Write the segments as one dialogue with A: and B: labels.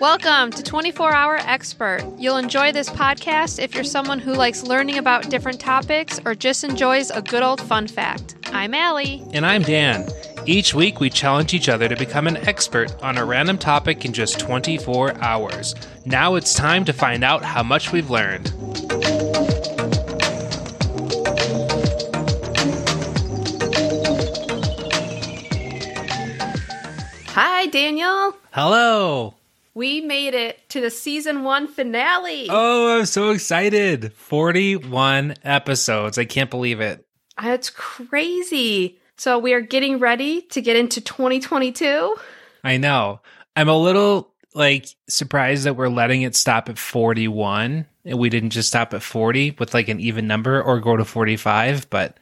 A: Welcome to 24 Hour Expert. You'll enjoy this podcast if you're someone who likes learning about different topics or just enjoys a good old fun fact. I'm Allie.
B: And I'm Dan. Each week, we challenge each other to become an expert on a random topic in just 24 hours. Now it's time to find out how much we've learned.
A: Hi, Daniel.
B: Hello.
A: We made it to the season one finale.
B: Oh, I'm so excited. 41 episodes. I can't believe it.
A: That's Ah, crazy. So we are getting ready to get into 2022.
B: I know. I'm a little like surprised that we're letting it stop at 41 and we didn't just stop at 40 with like an even number or go to 45, but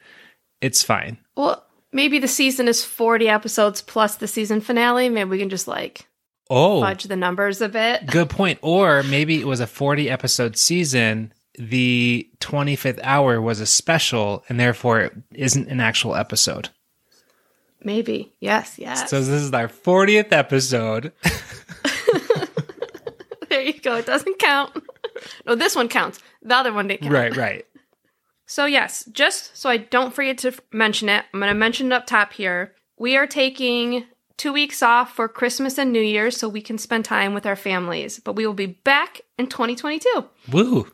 B: it's fine.
A: Well, maybe the season is 40 episodes plus the season finale. Maybe we can just like
B: Oh,
A: fudge the numbers a bit.
B: Good point. Or maybe it was a 40 episode season. The 25th hour was a special, and therefore it isn't an actual episode.
A: Maybe. Yes, yes.
B: So this is our 40th episode.
A: there you go. It doesn't count. no, this one counts. The other one didn't count.
B: right, right.
A: So, yes, just so I don't forget to f- mention it, I'm going to mention it up top here. We are taking two weeks off for Christmas and New Year's so we can spend time with our families, but we will be back in 2022.
B: Woo.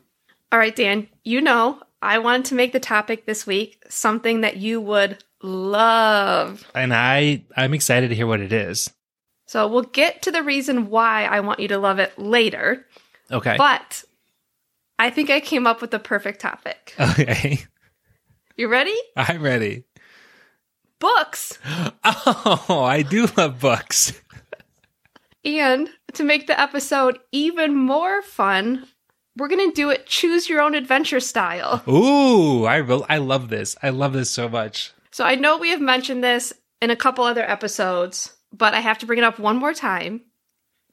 A: All right, Dan, you know, I wanted to make the topic this week something that you would love.
B: And I I'm excited to hear what it is.
A: So, we'll get to the reason why I want you to love it later,
B: Okay.
A: but I think I came up with the perfect topic.
B: okay.
A: You ready?
B: I'm ready.
A: Books.
B: Oh, I do love books.
A: And to make the episode even more fun, we're going to do it choose your own adventure style.
B: Ooh, I re- I love this. I love this so much.
A: So I know we have mentioned this in a couple other episodes, but I have to bring it up one more time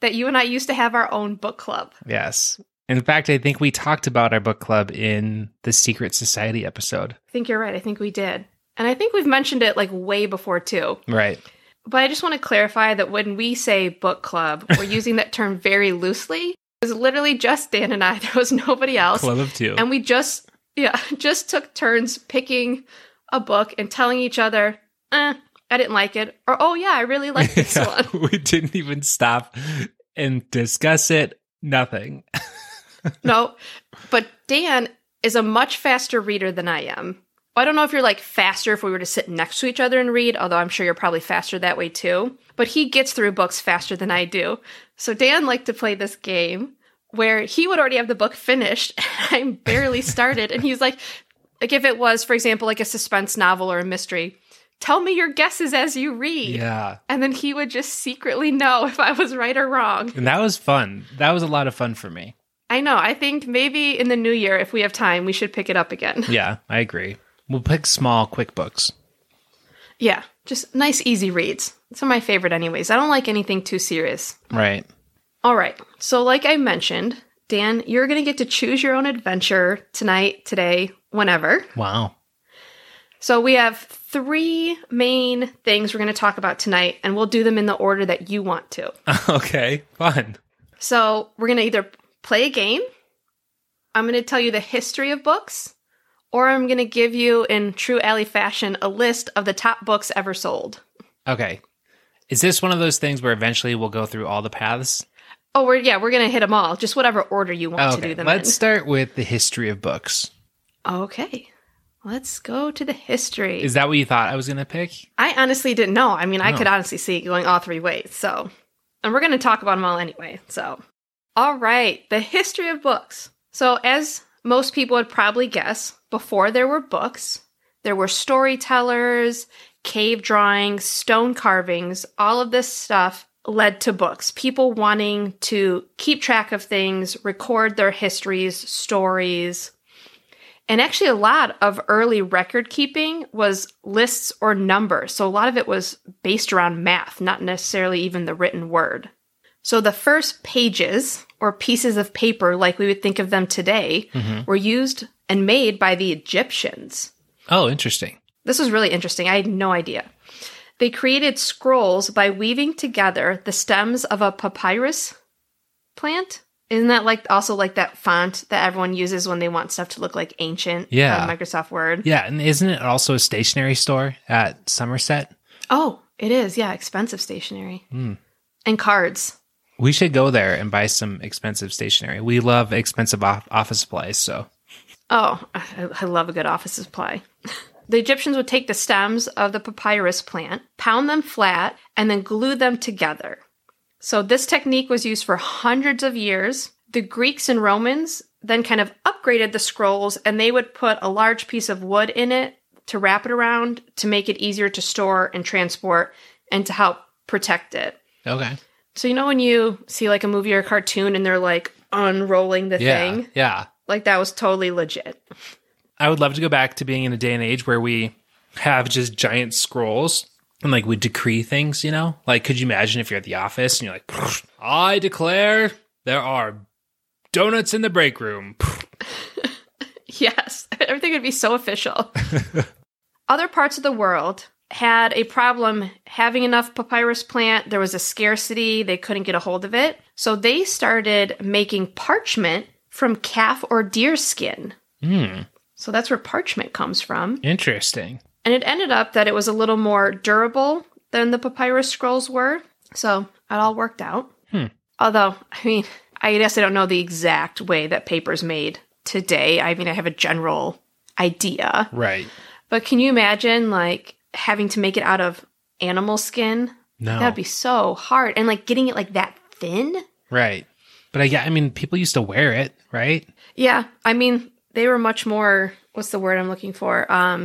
A: that you and I used to have our own book club.
B: Yes. In fact, I think we talked about our book club in the Secret Society episode.
A: I think you're right. I think we did. And I think we've mentioned it like way before too.
B: Right.
A: But I just want to clarify that when we say book club, we're using that term very loosely. It was literally just Dan and I. There was nobody else.
B: Club of Two.
A: and we just yeah just took turns picking a book and telling each other eh, i didn't like it or oh yeah i really like this
B: Yeah,
A: one
B: we didn't even stop and discuss it. Nothing.
A: no but dan is a much faster reader than i am i don't know if you're like faster if we were to sit next to each other and read although i'm sure you're probably faster that way too but he gets through books faster than i do so dan liked to play this game where he would already have the book finished and i barely started and he's like like if it was for example like a suspense novel or a mystery tell me your guesses as you read
B: Yeah.
A: and then he would just secretly know if i was right or wrong
B: And that was fun. That was a lot of fun for me.
A: i know i think maybe in the new year if we have time we should pick it up again
B: Yeah, I agree. We'll pick small, quick books.
A: yeah just nice easy reads some of my favorite anyways i don't like anything too serious
B: Right.
A: all right so like i mentioned dan you're going to get to choose your own adventure tonight today whenever
B: Wow.
A: So we have three main things we're going to talk about tonight, and we'll do them in the order that you want to.
B: okay. Fun.
A: So we're going to either play a game, I'm going to tell you the history of books, or I'm going to give you, in true Alley fashion, a list of the top books ever sold.
B: Okay. Is this one of those things where eventually we'll go through all the paths?
A: Oh, we're yeah, we're going to hit them all, just whatever order you want to do
B: Okay.
A: them
B: Let's start with the history of books.
A: in. Okay. Let's go to the history.
B: Is that what you thought I was going to pick?
A: I honestly didn't know. I mean, I
B: Oh.
A: could honestly see it going all three ways. So, and we're going to talk about them all anyway. So, all right, the history of books. So, as most people would probably guess, before there were books, there were storytellers, cave drawings, stone carvings, all of this stuff led to books. People wanting to keep track of things, record their histories, stories, and actually, a lot of early record keeping was lists or numbers. So, a lot of it was based around math, not necessarily even the written word. So, the first pages or pieces of paper, like we would think of them today, were used and made by the Egyptians.
B: Oh, interesting.
A: This was really interesting. I had no idea. They created scrolls by weaving together the stems of a papyrus, plant. Isn't that like also like that font that everyone uses when they want stuff to look like ancient?
B: Yeah.
A: on Microsoft Word.
B: Yeah, and isn't it also a stationery store at Somerset?
A: Oh, it is. Yeah, expensive stationery
B: Hmm.
A: and cards.
B: We should go there and buy some expensive stationery. We love expensive off- office supplies, so
A: Oh, I, I love a good office supply. the Egyptians would take the stems of the papyrus plant, pound them flat, and then glue them together. So this technique was used for hundreds of years. The Greeks and Romans then kind of upgraded the scrolls and they would put a large piece of wood in it to wrap it around to make it easier to store and transport and to help protect it.
B: okay.
A: So you know when you see like a movie or a cartoon and they're like unrolling the
B: Yeah,
A: thing?
B: yeah.
A: Like that was totally legit.
B: I would love to go back to being in a day and age where we have just giant scrolls and like we decree things, you know? Like, could you imagine if you're at the office and you're like, "Pfft, I declare there are donuts in the break room. Pfft.
A: Yes, everything would be so official. Other parts of the world had a problem having enough papyrus plant. There was a scarcity, they couldn't get a hold of it. So they started making parchment from calf or deer skin.
B: Hmm,
A: So that's where parchment comes from.
B: interesting.
A: And it ended up that it was a little more durable than the papyrus scrolls were. So it all worked out.
B: Hmm.
A: Although, I mean, I guess I don't know the exact way that paper's made today. I mean, I have a general idea.
B: Right.
A: But can you imagine, like, having to make it out of animal skin?
B: No.
A: That'd be so hard. And, like, getting it, like, that thin?
B: right. But I, yeah, I mean, people used to wear it, right?
A: Yeah. I mean, they were much more, what's the word I'm looking for? Um,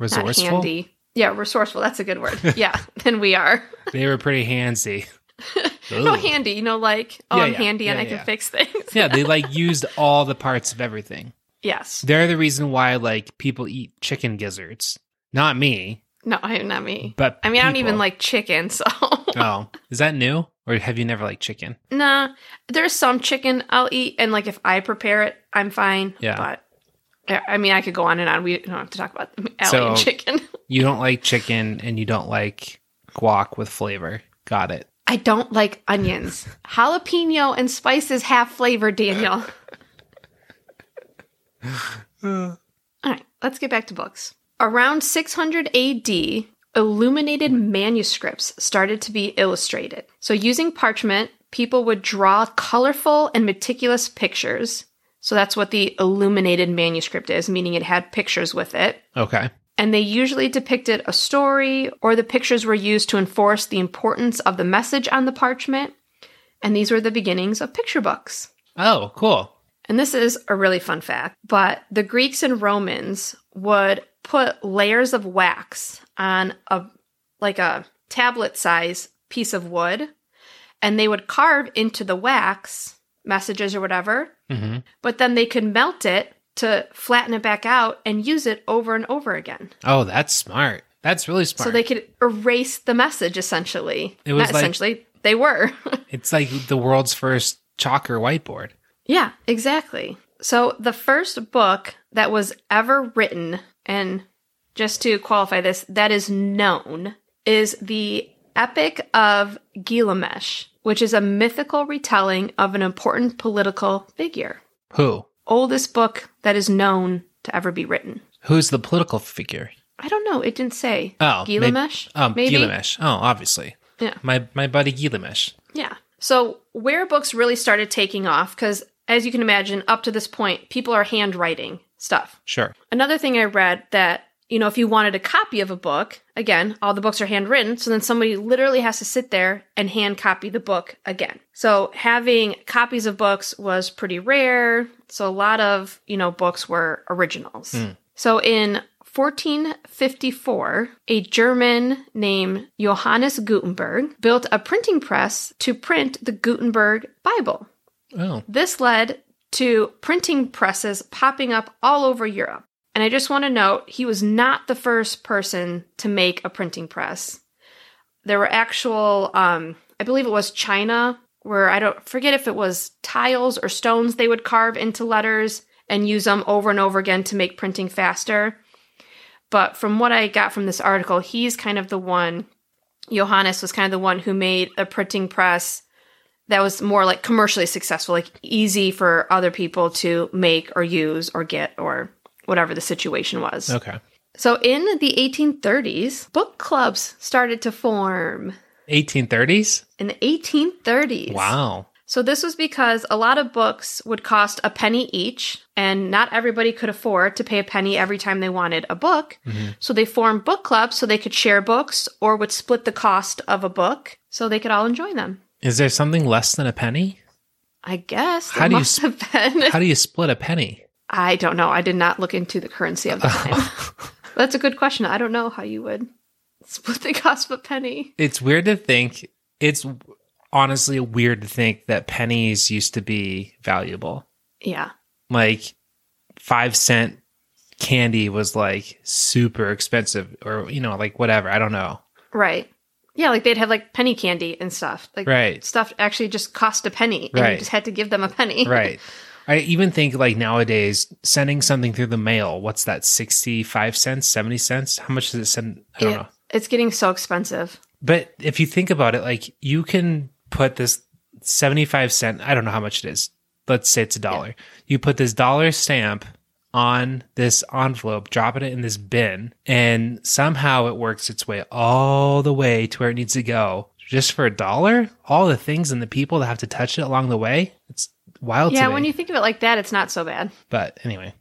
A: not
B: Resourceful.
A: handy. Yeah, resourceful. That's a good word. yeah, than we are.
B: They were pretty handsy.
A: No
B: Ooh.
A: handy, you know, like, oh,
B: Yeah,
A: I'm
B: yeah.
A: handy and
B: Yeah,
A: I can
B: yeah.
A: fix things.
B: yeah, they like used all the parts of everything.
A: yes.
B: They're the reason why like people eat chicken gizzards. Not me,
A: No, I not me.
B: but
A: I mean, I don't even
B: people.
A: like chicken, so.
B: Oh, is that new, or have you never liked chicken?
A: nah, there's some chicken I'll eat, and like if I prepare it, I'm fine.
B: Yeah.
A: But I I mean, I could go on and on. We don't have to talk about alien
B: So-
A: chicken.
B: You don't like chicken, and you don't like guac with flavor. Got it.
A: I don't like onions. Jalapeno and spices have flavor, Daniel. All right, let's get back to books. Around 600 AD, illuminated manuscripts started to be illustrated. So, using parchment, people would draw colorful and meticulous pictures. So, that's what the illuminated manuscript is, meaning it had pictures with it.
B: Okay.
A: And they usually depicted a story, or the pictures were used to enforce the importance of the message on the parchment. And these were the beginnings of picture books.
B: Oh, cool.
A: And this is a really fun fact, but the Greeks and Romans would put layers of wax on a like a tablet size piece of wood and they would carve into the wax messages or whatever,
B: hmm
A: but then they could melt it to flatten it back out and use it over and over again.
B: Oh, that's smart. That's really smart.
A: So they could erase the message essentially.
B: It was
A: Not
B: like-
A: essentially, they were.
B: it's like the world's first chalk or whiteboard.
A: yeah, exactly. So the first book that was ever written, and just to qualify this, that is known, is the Epic of Gilgamesh, which is a mythical retelling of an important political figure.
B: Who?
A: Oldest book that is known to ever be written.
B: Who's the political figure?
A: I don't know. It didn't say.
B: Oh, may-
A: Gilgamesh?
B: Um, Gilgamesh. Oh, obviously.
A: Yeah.
B: My my buddy Gilgamesh.
A: Yeah. So where books really started taking off, because as you can imagine, up to this point, people are handwriting stuff.
B: Sure.
A: Another thing I read that, you know, if you wanted a copy of a book, again, all the books are handwritten, so then somebody literally has to sit there and hand copy the book again. So having copies of books was pretty rare. So a lot of, you know, books were originals.
B: Hmm.
A: So in 1454, a German named Johannes Gutenberg built a printing press to print the Gutenberg Bible.
B: Oh,
A: This led to printing presses popping up all over Europe. And I just want to note, he was not the first person to make a printing press. There were actual, um, I believe it was China, where I don't forget if it was tiles or stones they would carve into letters and use them over and over again to make printing faster. But from what I got from this article, he's kind of the one, Johannes was kind of the one who made a printing press that was more like commercially successful, like easy for other people to make or use or get or whatever the situation was.
B: Okay.
A: So in the 1830s, book clubs started to form
B: 1830s?
A: in the 1830s.
B: Wow.
A: So this was because a lot of books would cost a penny each, and not everybody could afford to pay a penny every time they wanted a book.
B: Mhm.
A: So they formed book clubs so they could share books or would split the cost of a book so they could all enjoy them.
B: Is there something less than a penny?
A: I guess.
B: How
A: there
B: do you
A: must
B: sp-
A: have been.
B: How do you split a penny?
A: I don't know. I did not look into the currency of the time. That's a good question. I don't know how you would split the cost of a penny.
B: it's weird to think. It's honestly weird to think that pennies used to be valuable.
A: Yeah.
B: Like five cent candy was like super expensive, or you know, like whatever. I don't know.
A: Right. Yeah, like they'd have like penny candy and stuff. Like
B: Right.
A: stuff actually just cost a penny and you
B: Right.
A: just had to give them a penny.
B: Right. I even think like nowadays sending something through the mail. What's that? Sixty five cents, seventy cents? How much does it send? I don't
A: Yeah.
B: know.
A: It's getting so expensive.
B: But if you think about it, like you can put this 75 cent, I don't know how much it is. Let's say it's a dollar. You put this dollar stamp on this envelope, drop it in this bin, and somehow it works its way all the way to where it needs to go just for a dollar. All the things and the people that have to touch it along the way. It's wild
A: yeah,
B: to me.
A: when you think of it like that, it's not so bad.
B: but anyway,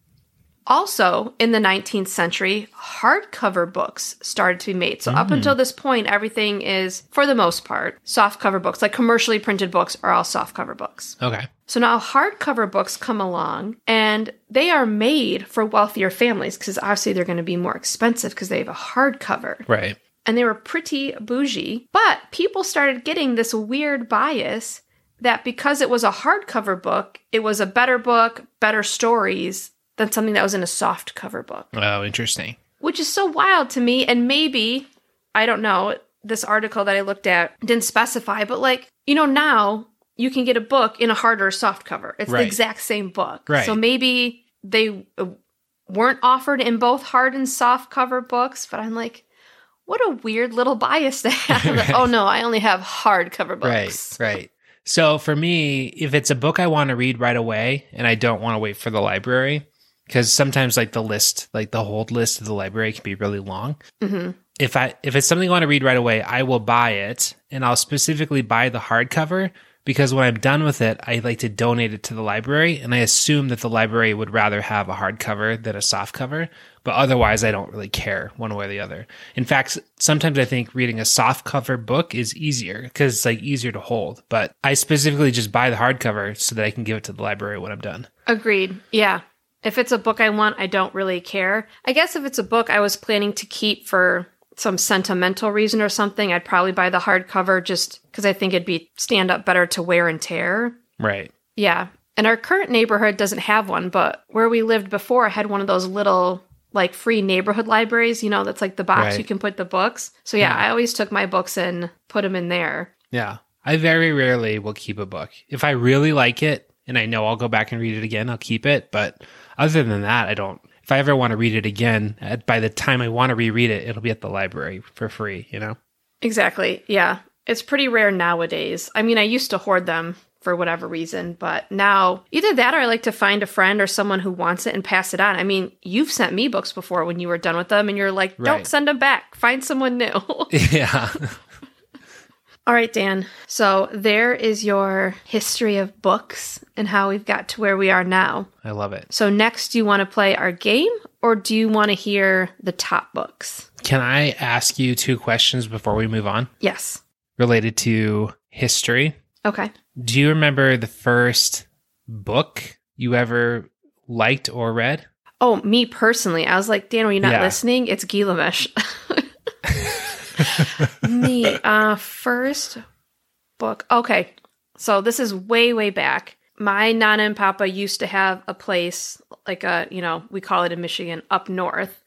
A: Also, in the 19th century, hardcover books started to be made. So,
B: Mm.
A: up until this point, everything is, for the most part, softcover books. Like commercially printed books are all softcover books.
B: okay.
A: So now hardcover books come along and they are made for wealthier families because obviously they're going to be more expensive because they have a hardcover.
B: Right.
A: And they were pretty bougie, but people started getting this weird bias that because it was a hardcover book, it was a better book, better stories than something that was in a softcover book
B: Oh, interesting.
A: which is so wild to me. And maybe, I don't know, this article that I looked at didn't specify, but like, you know, now you can get a book in a harder soft cover. It's
B: Right.
A: the exact same book.
B: Right.
A: So maybe they uh, weren't offered in both hard and soft cover books, but I'm like, what a weird little bias to have.
B: Right.
A: Oh no, I only have hard cover books.
B: Right, right. So for me, if it's a book I want to read right away and I don't want to wait for the library, because sometimes like the list, like the hold list of the library can be really long.
A: hmm
B: If I if it's something I want to read right away, I will buy it and I'll specifically buy the hardcover because when I'm done with it, I like to donate it to the library and I assume that the library would rather have a hardcover than a softcover, but otherwise I don't really care one way or the other. In fact, sometimes I think reading a softcover book is easier because it's like easier to hold. But I specifically just buy the hardcover so that I can give it to the library when I'm done.
A: Agreed. Yeah. If it's a book I want, I don't really care. I guess if it's a book I was planning to keep for some sentimental reason or something, I'd probably buy the hardcover just because I think it'd be stand up better to wear and tear.
B: Right.
A: Yeah. And our current neighborhood doesn't have one, but where we lived before had one of those little like free neighborhood libraries, you know, that's like the box
B: Right.
A: you can put the books. So yeah, I always took my books and put them in there.
B: Yeah. I very rarely will keep a book. If I really like it and I know I'll go back and read it again, I'll keep it. But other than that, I don't. If I ever want to read it again, at- by the time I want to reread it, it'll be at the library for free, you know?
A: Exactly. Yeah. It's pretty rare nowadays. I mean, I used to hoard them for whatever reason, but now either that or I like to find a friend or someone who wants it and pass it on. I mean, you've sent me books before when you were done with them and you're like, don't
B: Right.
A: send them back. Find someone new.
B: Yeah.
A: All right, Dan. So there is your history of books and how we've got to where we are now.
B: I love it.
A: So, next, do you want to play our game or do you want to hear the top books?
B: Can I ask you two questions before we move on
A: Yes.
B: related to history?
A: Okay.
B: Do you remember the first book you ever liked or read?
A: Oh, me personally, I was like, Dan, were you not
B: Yeah.
A: listening? It's Gilgamesh. me, uh, first book. Okay, so this is way, way back. My nana and papa used to have a place, like a, you know, we call it in Michigan, up north.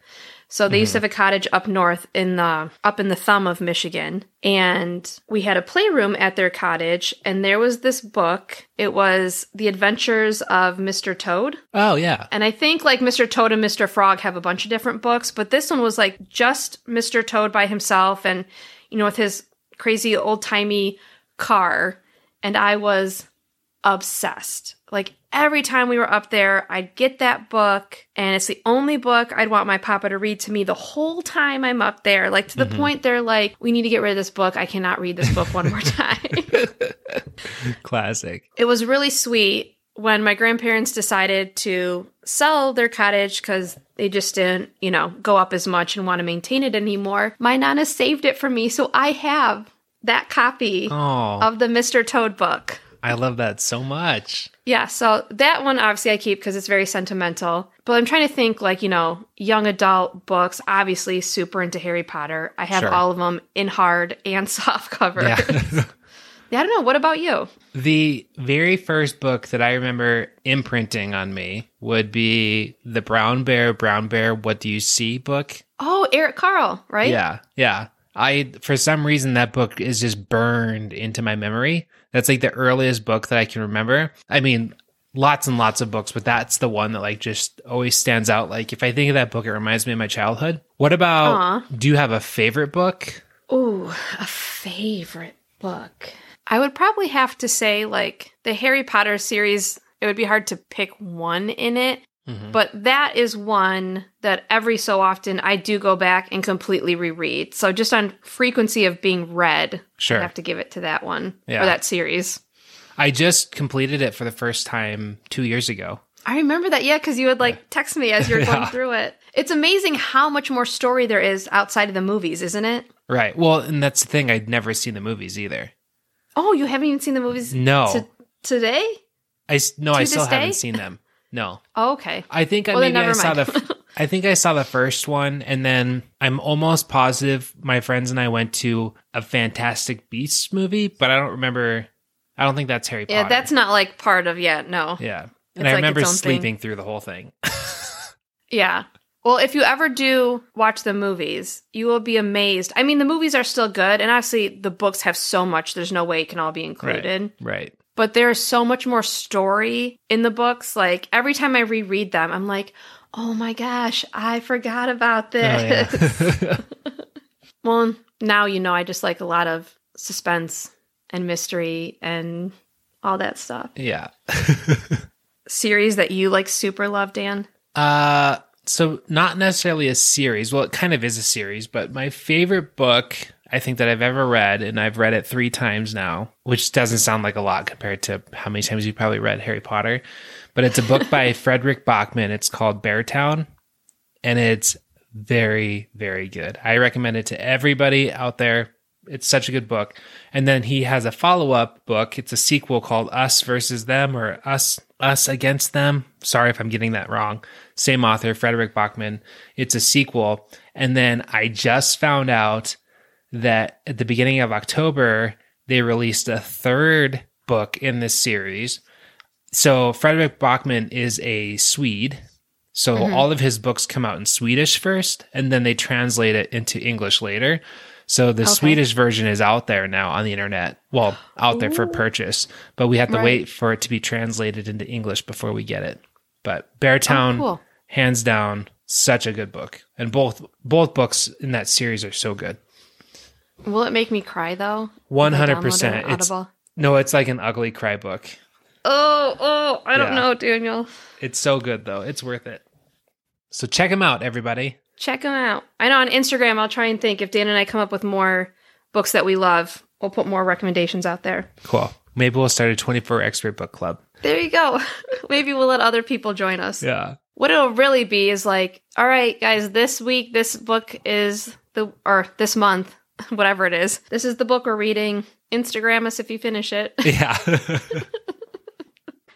A: So they used to have a cottage up north in the up in the thumb of Michigan, and we had a playroom at their cottage, and there was this book. It was The Adventures of Mr. Toad.
B: Oh, yeah.
A: And I think like Mr. Toad and Mr. Frog have a bunch of different books, but this one was like just Mr. Toad by himself and, you know, with his crazy old timey car. and I was obsessed. Like every time we were up there, I'd get that book, and it's the only book I'd want my papa to read to me the whole time I'm up there. Like to the
B: Mhm.
A: point they're like, we need to get rid of this book. I cannot read this book one more time.
B: Classic.
A: it was really sweet when my grandparents decided to sell their cottage because they just didn't, you know, go up as much and want to maintain it anymore. My Nana saved it for me, so I have that copy
B: Oh,
A: of the Mr. Toad book.
B: I love that so much.
A: Yeah, so that one obviously I keep because it's very sentimental. But I'm trying to think like, you know, young adult books, obviously super into Harry Potter. I have
B: Sure.
A: all of them in hard and soft cover. Yeah.
B: Yeah.
A: I don't know. What about you?
B: The very first book that I remember imprinting on me would be the Brown Bear, Brown Bear, What Do You See book.
A: Oh, Eric Carl, right?
B: Yeah. Yeah. I, for some reason, that book is just burned into my memory. That's like the earliest book that I can remember. I mean, lots and lots of books, but that's the one that like just always stands out. Like, if I think of that book, it reminds me of my childhood. What about,
A: Aw.
B: do you have a favorite book?
A: Ooh, a favorite book. I would probably have to say, like, the Harry Potter series, it would be hard to pick one in it,
B: Mhm.
A: but that is one that every so often I do go back and completely reread. So, just on frequency of being read, I
B: Sure.
A: have to give it to that one
B: Yeah.
A: or that series.
B: I just completed it for the first time two years ago.
A: I remember that, yeah, because you would like text me as you're going
B: Yeah.
A: through it. It's amazing how much more story there is outside of the movies, isn't it?
B: Right. Well, and that's the thing. I'd never seen the movies either.
A: Oh, you haven't even seen the movies
B: No,
A: to- today?
B: I s- no, I
A: this
B: still haven't
A: day?
B: seen them. No,
A: Oh, okay.
B: I think
A: Well,
B: I
A: then
B: maybe I
A: never
B: saw the.
A: mind.
B: F- I think I saw the first one, and then I'm almost positive my friends and I went to a Fantastic Beasts movie, but I don't remember. I don't think that's Harry Potter.
A: Yeah, that's not like part of yet. No. Yeah.
B: yeah.
A: it's
B: And
A: like
B: I
A: its
B: remember
A: own thing.
B: sleeping through the whole thing.
A: Well, if you ever do watch the movies, you will be amazed. I mean, the movies are still good, and obviously the books have so much. There's no way it can all be included.
B: Right.
A: But there is so much more story in the books. Like every time I reread them, I'm like, oh my gosh, I forgot about
B: Oh,
A: this.
B: yeah.
A: well, now you know I just like a lot of suspense and mystery and all that stuff.
B: yeah.
A: Series that you like super love, Dan.
B: Uh, so not necessarily a series. Well, it kind of is a series, but my favorite book I think that I've ever read, and I've read it three times now, which doesn't sound like a lot compared to how many times you've probably read Harry Potter. But it's a book by Frederick Bachman. It's called Beartown, and it's very, very good. I recommend it to everybody out there. It's such a good book. And then he has a follow up book. It's a sequel called Us versus Them or Us Us Against Them. Sorry if I'm getting that wrong. Same author, Frederick Bachman. It's a sequel. And then I just found out that at the beginning of October, they released a third book in this series. So Frederick Bachman is a Swede. So
A: Mm-hmm.
B: all of his books come out in Swedish first, and then they translate it into English later. So the Swedish version is out there now on the internet. Well, out there for purchase, but we have to
A: Right.
B: wait for it to be translated into English before we get it. But Beartown,
A: Oh, cool.
B: hands down, such a good book, and both both books in that series are so good.
A: Will it make me cry though?
B: One
A: If I
B: hundred
A: download it
B: percent.
A: on
B: It's
A: Audible?
B: no, it's like an ugly cry book.
A: Oh, oh, I don't
B: Yeah.
A: know, Daniel.
B: It's so good though. It's worth it. So check them out, everybody.
A: Check them out. I know on Instagram, I'll try and think if Dan and I come up with more books that we love, we'll put more recommendations out there.
B: Cool. Maybe we'll start a twenty four expert book club.
A: There you go. Maybe we'll let other people join us.
B: Yeah.
A: What it'll really be is like, all right, guys, this week, this book is the, or this month, whatever it is, this is the book we're reading. Instagram us if you finish it.
B: Yeah.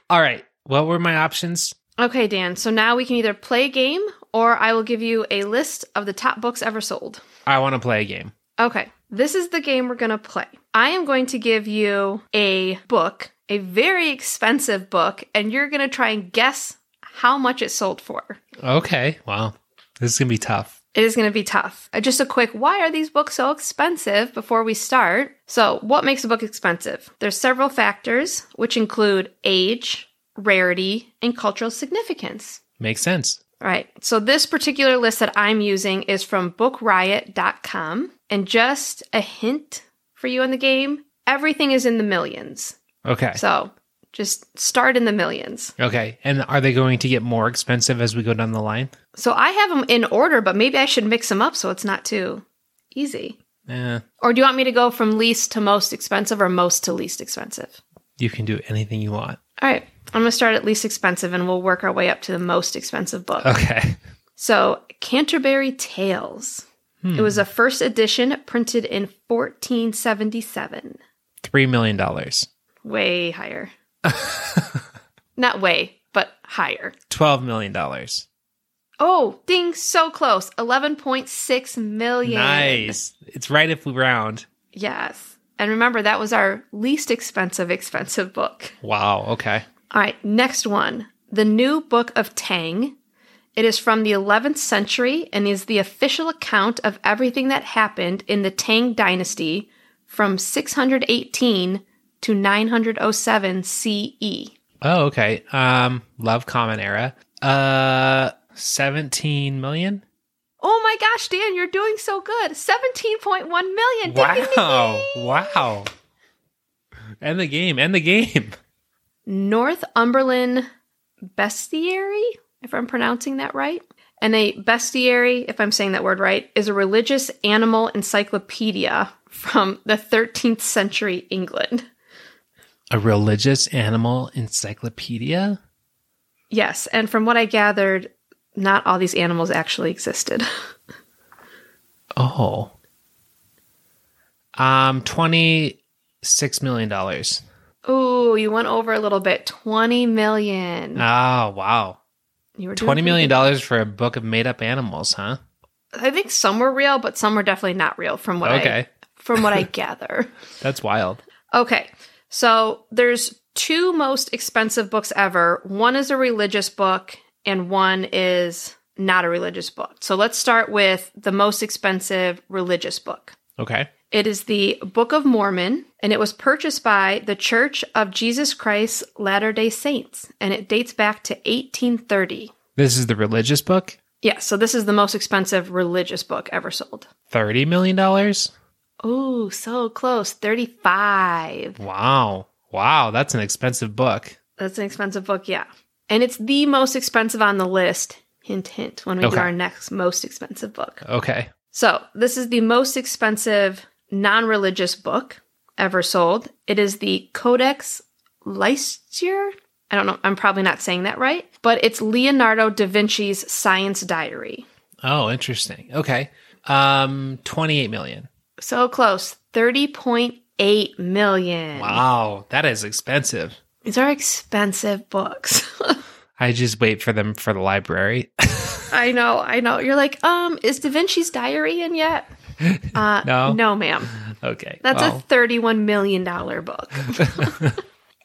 B: All right. What were my options?
A: okay, Dan, so now we can either play a game or I will give you a list of the top books ever sold.
B: I want to play a game.
A: Okay, this is the game we're going to play. I am going to give you a book, a very expensive book, and you're going to try and guess how much it sold for.
B: Okay. Wow. This is gonna be tough.
A: It is going to be tough. Uh, Just a quick, why are these books so expensive before we start? So, what makes a book expensive? There's several factors, which include age, rarity, and cultural significance.
B: Makes sense.
A: All right. So this particular list that I'm using is from bookriot.com. And just a hint for you on the game everything is in the millions.
B: Okay.
A: So just start in the millions.
B: Okay. And are they going to get more expensive as we go down the line?
A: So I have them in order, but maybe I should mix them up so it's not too easy.
B: Eh,
A: Or do you want me to go from least to most expensive or most to least expensive?
B: you can do anything you want.
A: All right. I'm going to start at least expensive and we'll work our way up to the most expensive book.
B: Okay.
A: So, Canterbury Tales.
B: Hmm.
A: It was a first edition printed in 1477.
B: $3 million. $12
A: Way higher. Not way, but higher.
B: million.
A: Oh, ding, so close. 11.6 million.
B: Nice. It's right if we round.
A: Yes. And remember, that was our least expensive, expensive book.
B: Wow. Okay.
A: All right, next one The New Book of Tang. It is from the 11th century and is the official account of everything that happened in the Tang dynasty from 618 to 907 CE.
B: Oh, okay. Um, love common era. Uh, 17 million?
A: Oh my gosh, Dan, you're doing so good. 17.1 million. Ding, ding, ding,
B: Wow.
A: ding.
B: Wow. End the game. End the game.
A: Northumberland bestiary, if I'm pronouncing that right. And a bestiary, if I'm saying that word right, is a religious animal encyclopedia from the 13th century England.
B: A religious animal encyclopedia?
A: Yes, and from what I gathered, not all these animals actually existed.
B: Oh. Um, $26 million. Oh,
A: Ooh, you went over a little bit. 20 million.
B: Ah, wow.
A: You were doing
B: $20 Uh, million
A: pretty
B: dollars for a book of made up animals, huh?
A: good. I think some were real, but some were definitely not real from what I
B: Okay.
A: from what I gather.
B: That's wild.
A: Okay. So there's two most expensive books ever. One is a religious book and one is not a religious book. So let's start with the most expensive religious book.
B: Okay.
A: It is the Book of Mormon and it was purchased by the Church of Jesus Christ Latter-day Saints and it dates back to 1830.
B: This is the religious book?
A: Yeah, so this is the most expensive religious book ever sold.
B: $30 million?
A: Oh, so close. 35.
B: Wow. Wow. That's an expensive book.
A: That's an expensive book, yeah. And it's the most expensive on the list. Hint, hint, when we
B: Okay.
A: do our next most expensive book.
B: Okay.
A: So, this is the most expensive non religious book ever sold. It is the Codex Leicester. I don't know, I'm probably not saying that right, but it's Leonardo da Vinci's science diary.
B: Oh, interesting. Okay. Um, 28 million.
A: So close, 30.8 million.
B: Wow. That is expensive.
A: These are expensive books.
B: I just wait for them for the library.
A: I know, I know. You're like, um, is Da Vinci's diary in yet? Uh,
B: No.
A: no, ma'am.
B: okay.
A: That's
B: well,
A: a thirty-one million dollar book.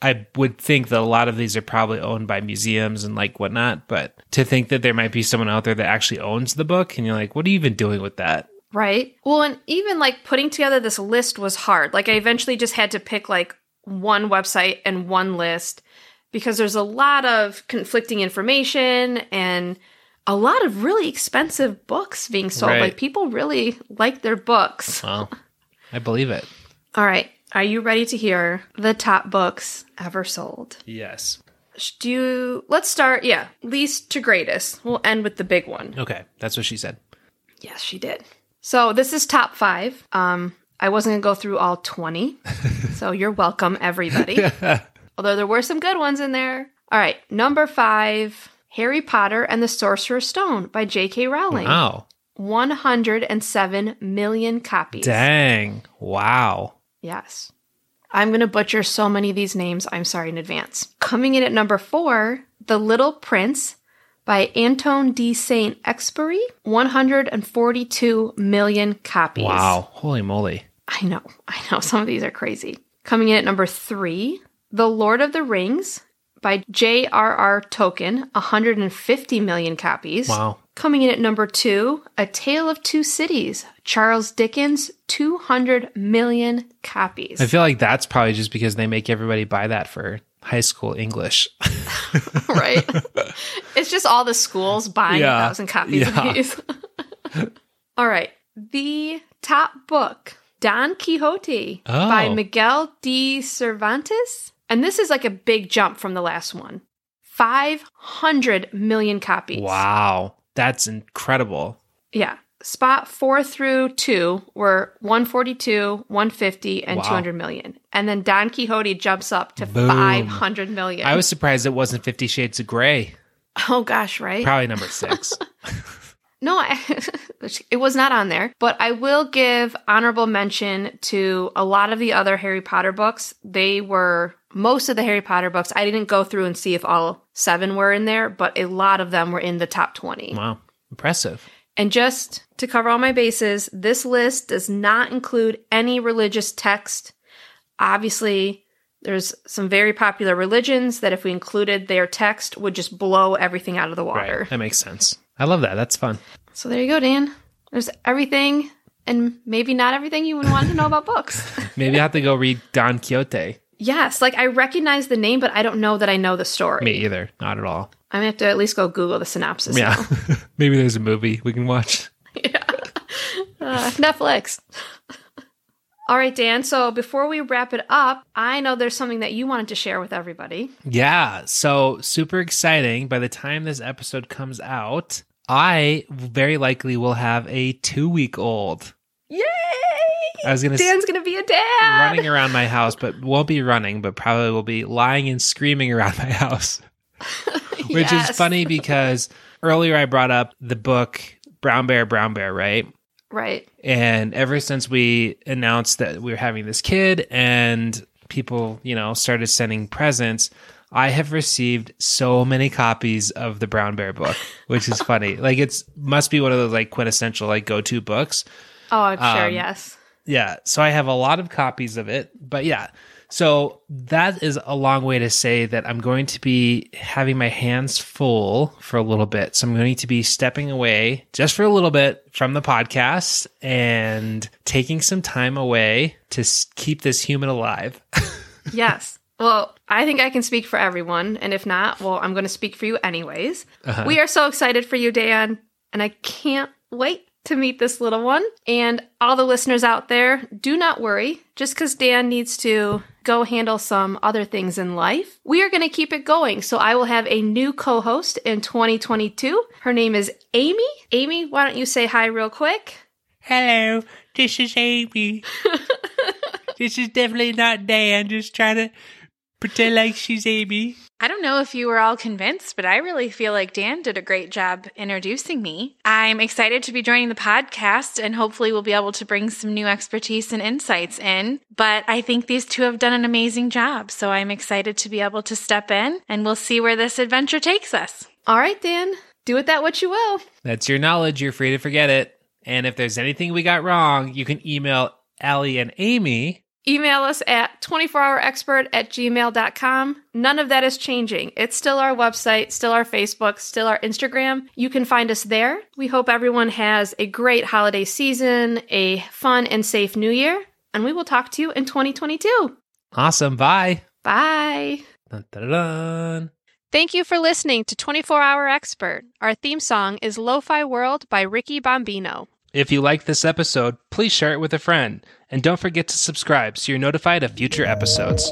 B: I would think that a lot of these are probably owned by museums and like whatnot, but to think that there might be someone out there that actually owns the book and you're like, what are you even doing with that?
A: right? Well, and even like putting together this list was hard. Like I eventually just had to pick like one website and one list because there's a lot of conflicting information and a lot of really expensive books being sold.
B: Right.
A: Like people really like their books.
B: Well, I believe it.
A: All right. Are you ready to hear the top books ever sold?
B: Yes.
A: Sh- Do you, let's start, yeah, least to greatest. We'll end with the big one.
B: Okay. That's what she said.
A: Yes, she did. So this is top five. Um, I wasn't gonna go through all twenty, so you're welcome, everybody. Although there were some good ones in there. All right, number five: Harry Potter and the Sorcerer's Stone by J.K. Rowling.
B: Wow.
A: One hundred and seven million copies.
B: Dang. Wow.
A: Yes. I'm going to butcher so many of these names. I'm sorry in advance. Coming in at number four, The Little Prince by Anton de Saint Exupery, 142 million copies.
B: Wow. Holy moly.
A: I know. I know. Some of these are crazy. Coming in at number three, The Lord of the Rings by J.R.R. Tolkien, 150 million copies.
B: Wow.
A: Coming in at number two, A Tale of Two Cities, Charles Dickens, 200 million copies.
B: I feel like that's probably just because they make everybody buy that for high school English.
A: right? it's just all the schools buying
B: Yeah.
A: a thousand copies
B: Yeah.
A: of these. all right. The top book, Don Quixote by
B: Oh.
A: Miguel de Cervantes. And this is like a big jump from the last one 500 million copies.
B: Wow. That's incredible.
A: Yeah. Spot four through two were 142, 150, and
B: Wow.
A: 200 million. And then Don Quixote jumps up to
B: Boom.
A: 500 million.
B: I was surprised it wasn't Fifty Shades of Grey.
A: oh gosh, right?
B: Probably number six.
A: No, I, it was not on there, but I will give honorable mention to a lot of the other Harry Potter books. They were most of the Harry Potter books. I didn't go through and see if all seven were in there, but a lot of them were in the top 20.
B: wow. Impressive.
A: And just to cover all my bases, this list does not include any religious text. Obviously, there's some very popular religions that if we included their text would just blow everything out of the water.
B: Right. That makes sense. I love that. That's fun.
A: So there you go, Dan. There's everything and maybe not everything you would want to know about books.
B: Maybe I have to go read Don Quixote.
A: yes, like I recognize the name, but I don't know that I know the story.
B: Me either. Not at all.
A: I'm gonna have to at least go Google the synopsis.
B: Yeah. Maybe there's a movie we can watch.
A: Uh, Netflix. All right, Dan. So before we wrap it up, I know there's something that you wanted to share with everybody.
B: Yeah. So super exciting. By the time this episode comes out, I very likely will have a two week old.
A: Yay!
B: I was going to
A: Dan's gonna be a dad.
B: running around my house, but won't be running, but probably will be lying and screaming around my house, which
A: Yes.
B: is funny because earlier I brought up the book Brown Bear, Brown Bear, right?
A: Right.
B: And ever since we announced that we were having this kid and people, you know, started sending presents, I have received so many copies of the Brown Bear book, which is funny. like it's must be one of those like quintessential like go-to books.
A: Oh, I'm sure.
B: Um,
A: Yes.
B: Yeah. So I have a lot of copies of it. But yeah. So that is a long way to say that I'm going to be having my hands full for a little bit. So I'm going to be stepping away just for a little bit from the podcast and taking some time away to s- keep this human alive.
A: yes. Well, I think I can speak for everyone. And if not, well, I'm going to speak for you anyways. We are so excited for you, Dan. And I can't wait to meet this little one. And all the listeners out there, do not worry. Just because Dan needs to go handle some other things in life, we are going to keep it going. So I will have a new co host in 2022. Her name is Amy. Amy, why don't you say hi real quick?
B: Hello, this is Amy. this is definitely not Dan. Just trying to pretend like she's Amy.
C: I don't know if you were all convinced, but I really feel like Dan did a great job introducing me. I'm excited to be joining the podcast and hopefully we'll be able to bring some new expertise and insights in. But I think these two have done an amazing job. So I'm excited to be able to step in and we'll see where this adventure takes us.
A: All right, Dan, do with that what you will.
B: That's your knowledge. You're free to forget it. And if there's anything we got wrong, you can email Allie and Amy.
A: Email us at 24hourexpert at gmail.com. None of that is changing. It's still our website, still our Facebook, still our Instagram. You can find us there. We hope everyone has a great holiday season, a fun and safe new year, and we will talk to you in 2022.
B: Awesome. Bye.
A: Bye.
B: Dun, dun, dun, dun.
A: Thank you for listening to 24 Hour Expert. Our theme song is Lo-Fi World by Ricky Bombino.
B: If you like this episode, please share it with a friend. And don't forget to subscribe so you're notified of future episodes.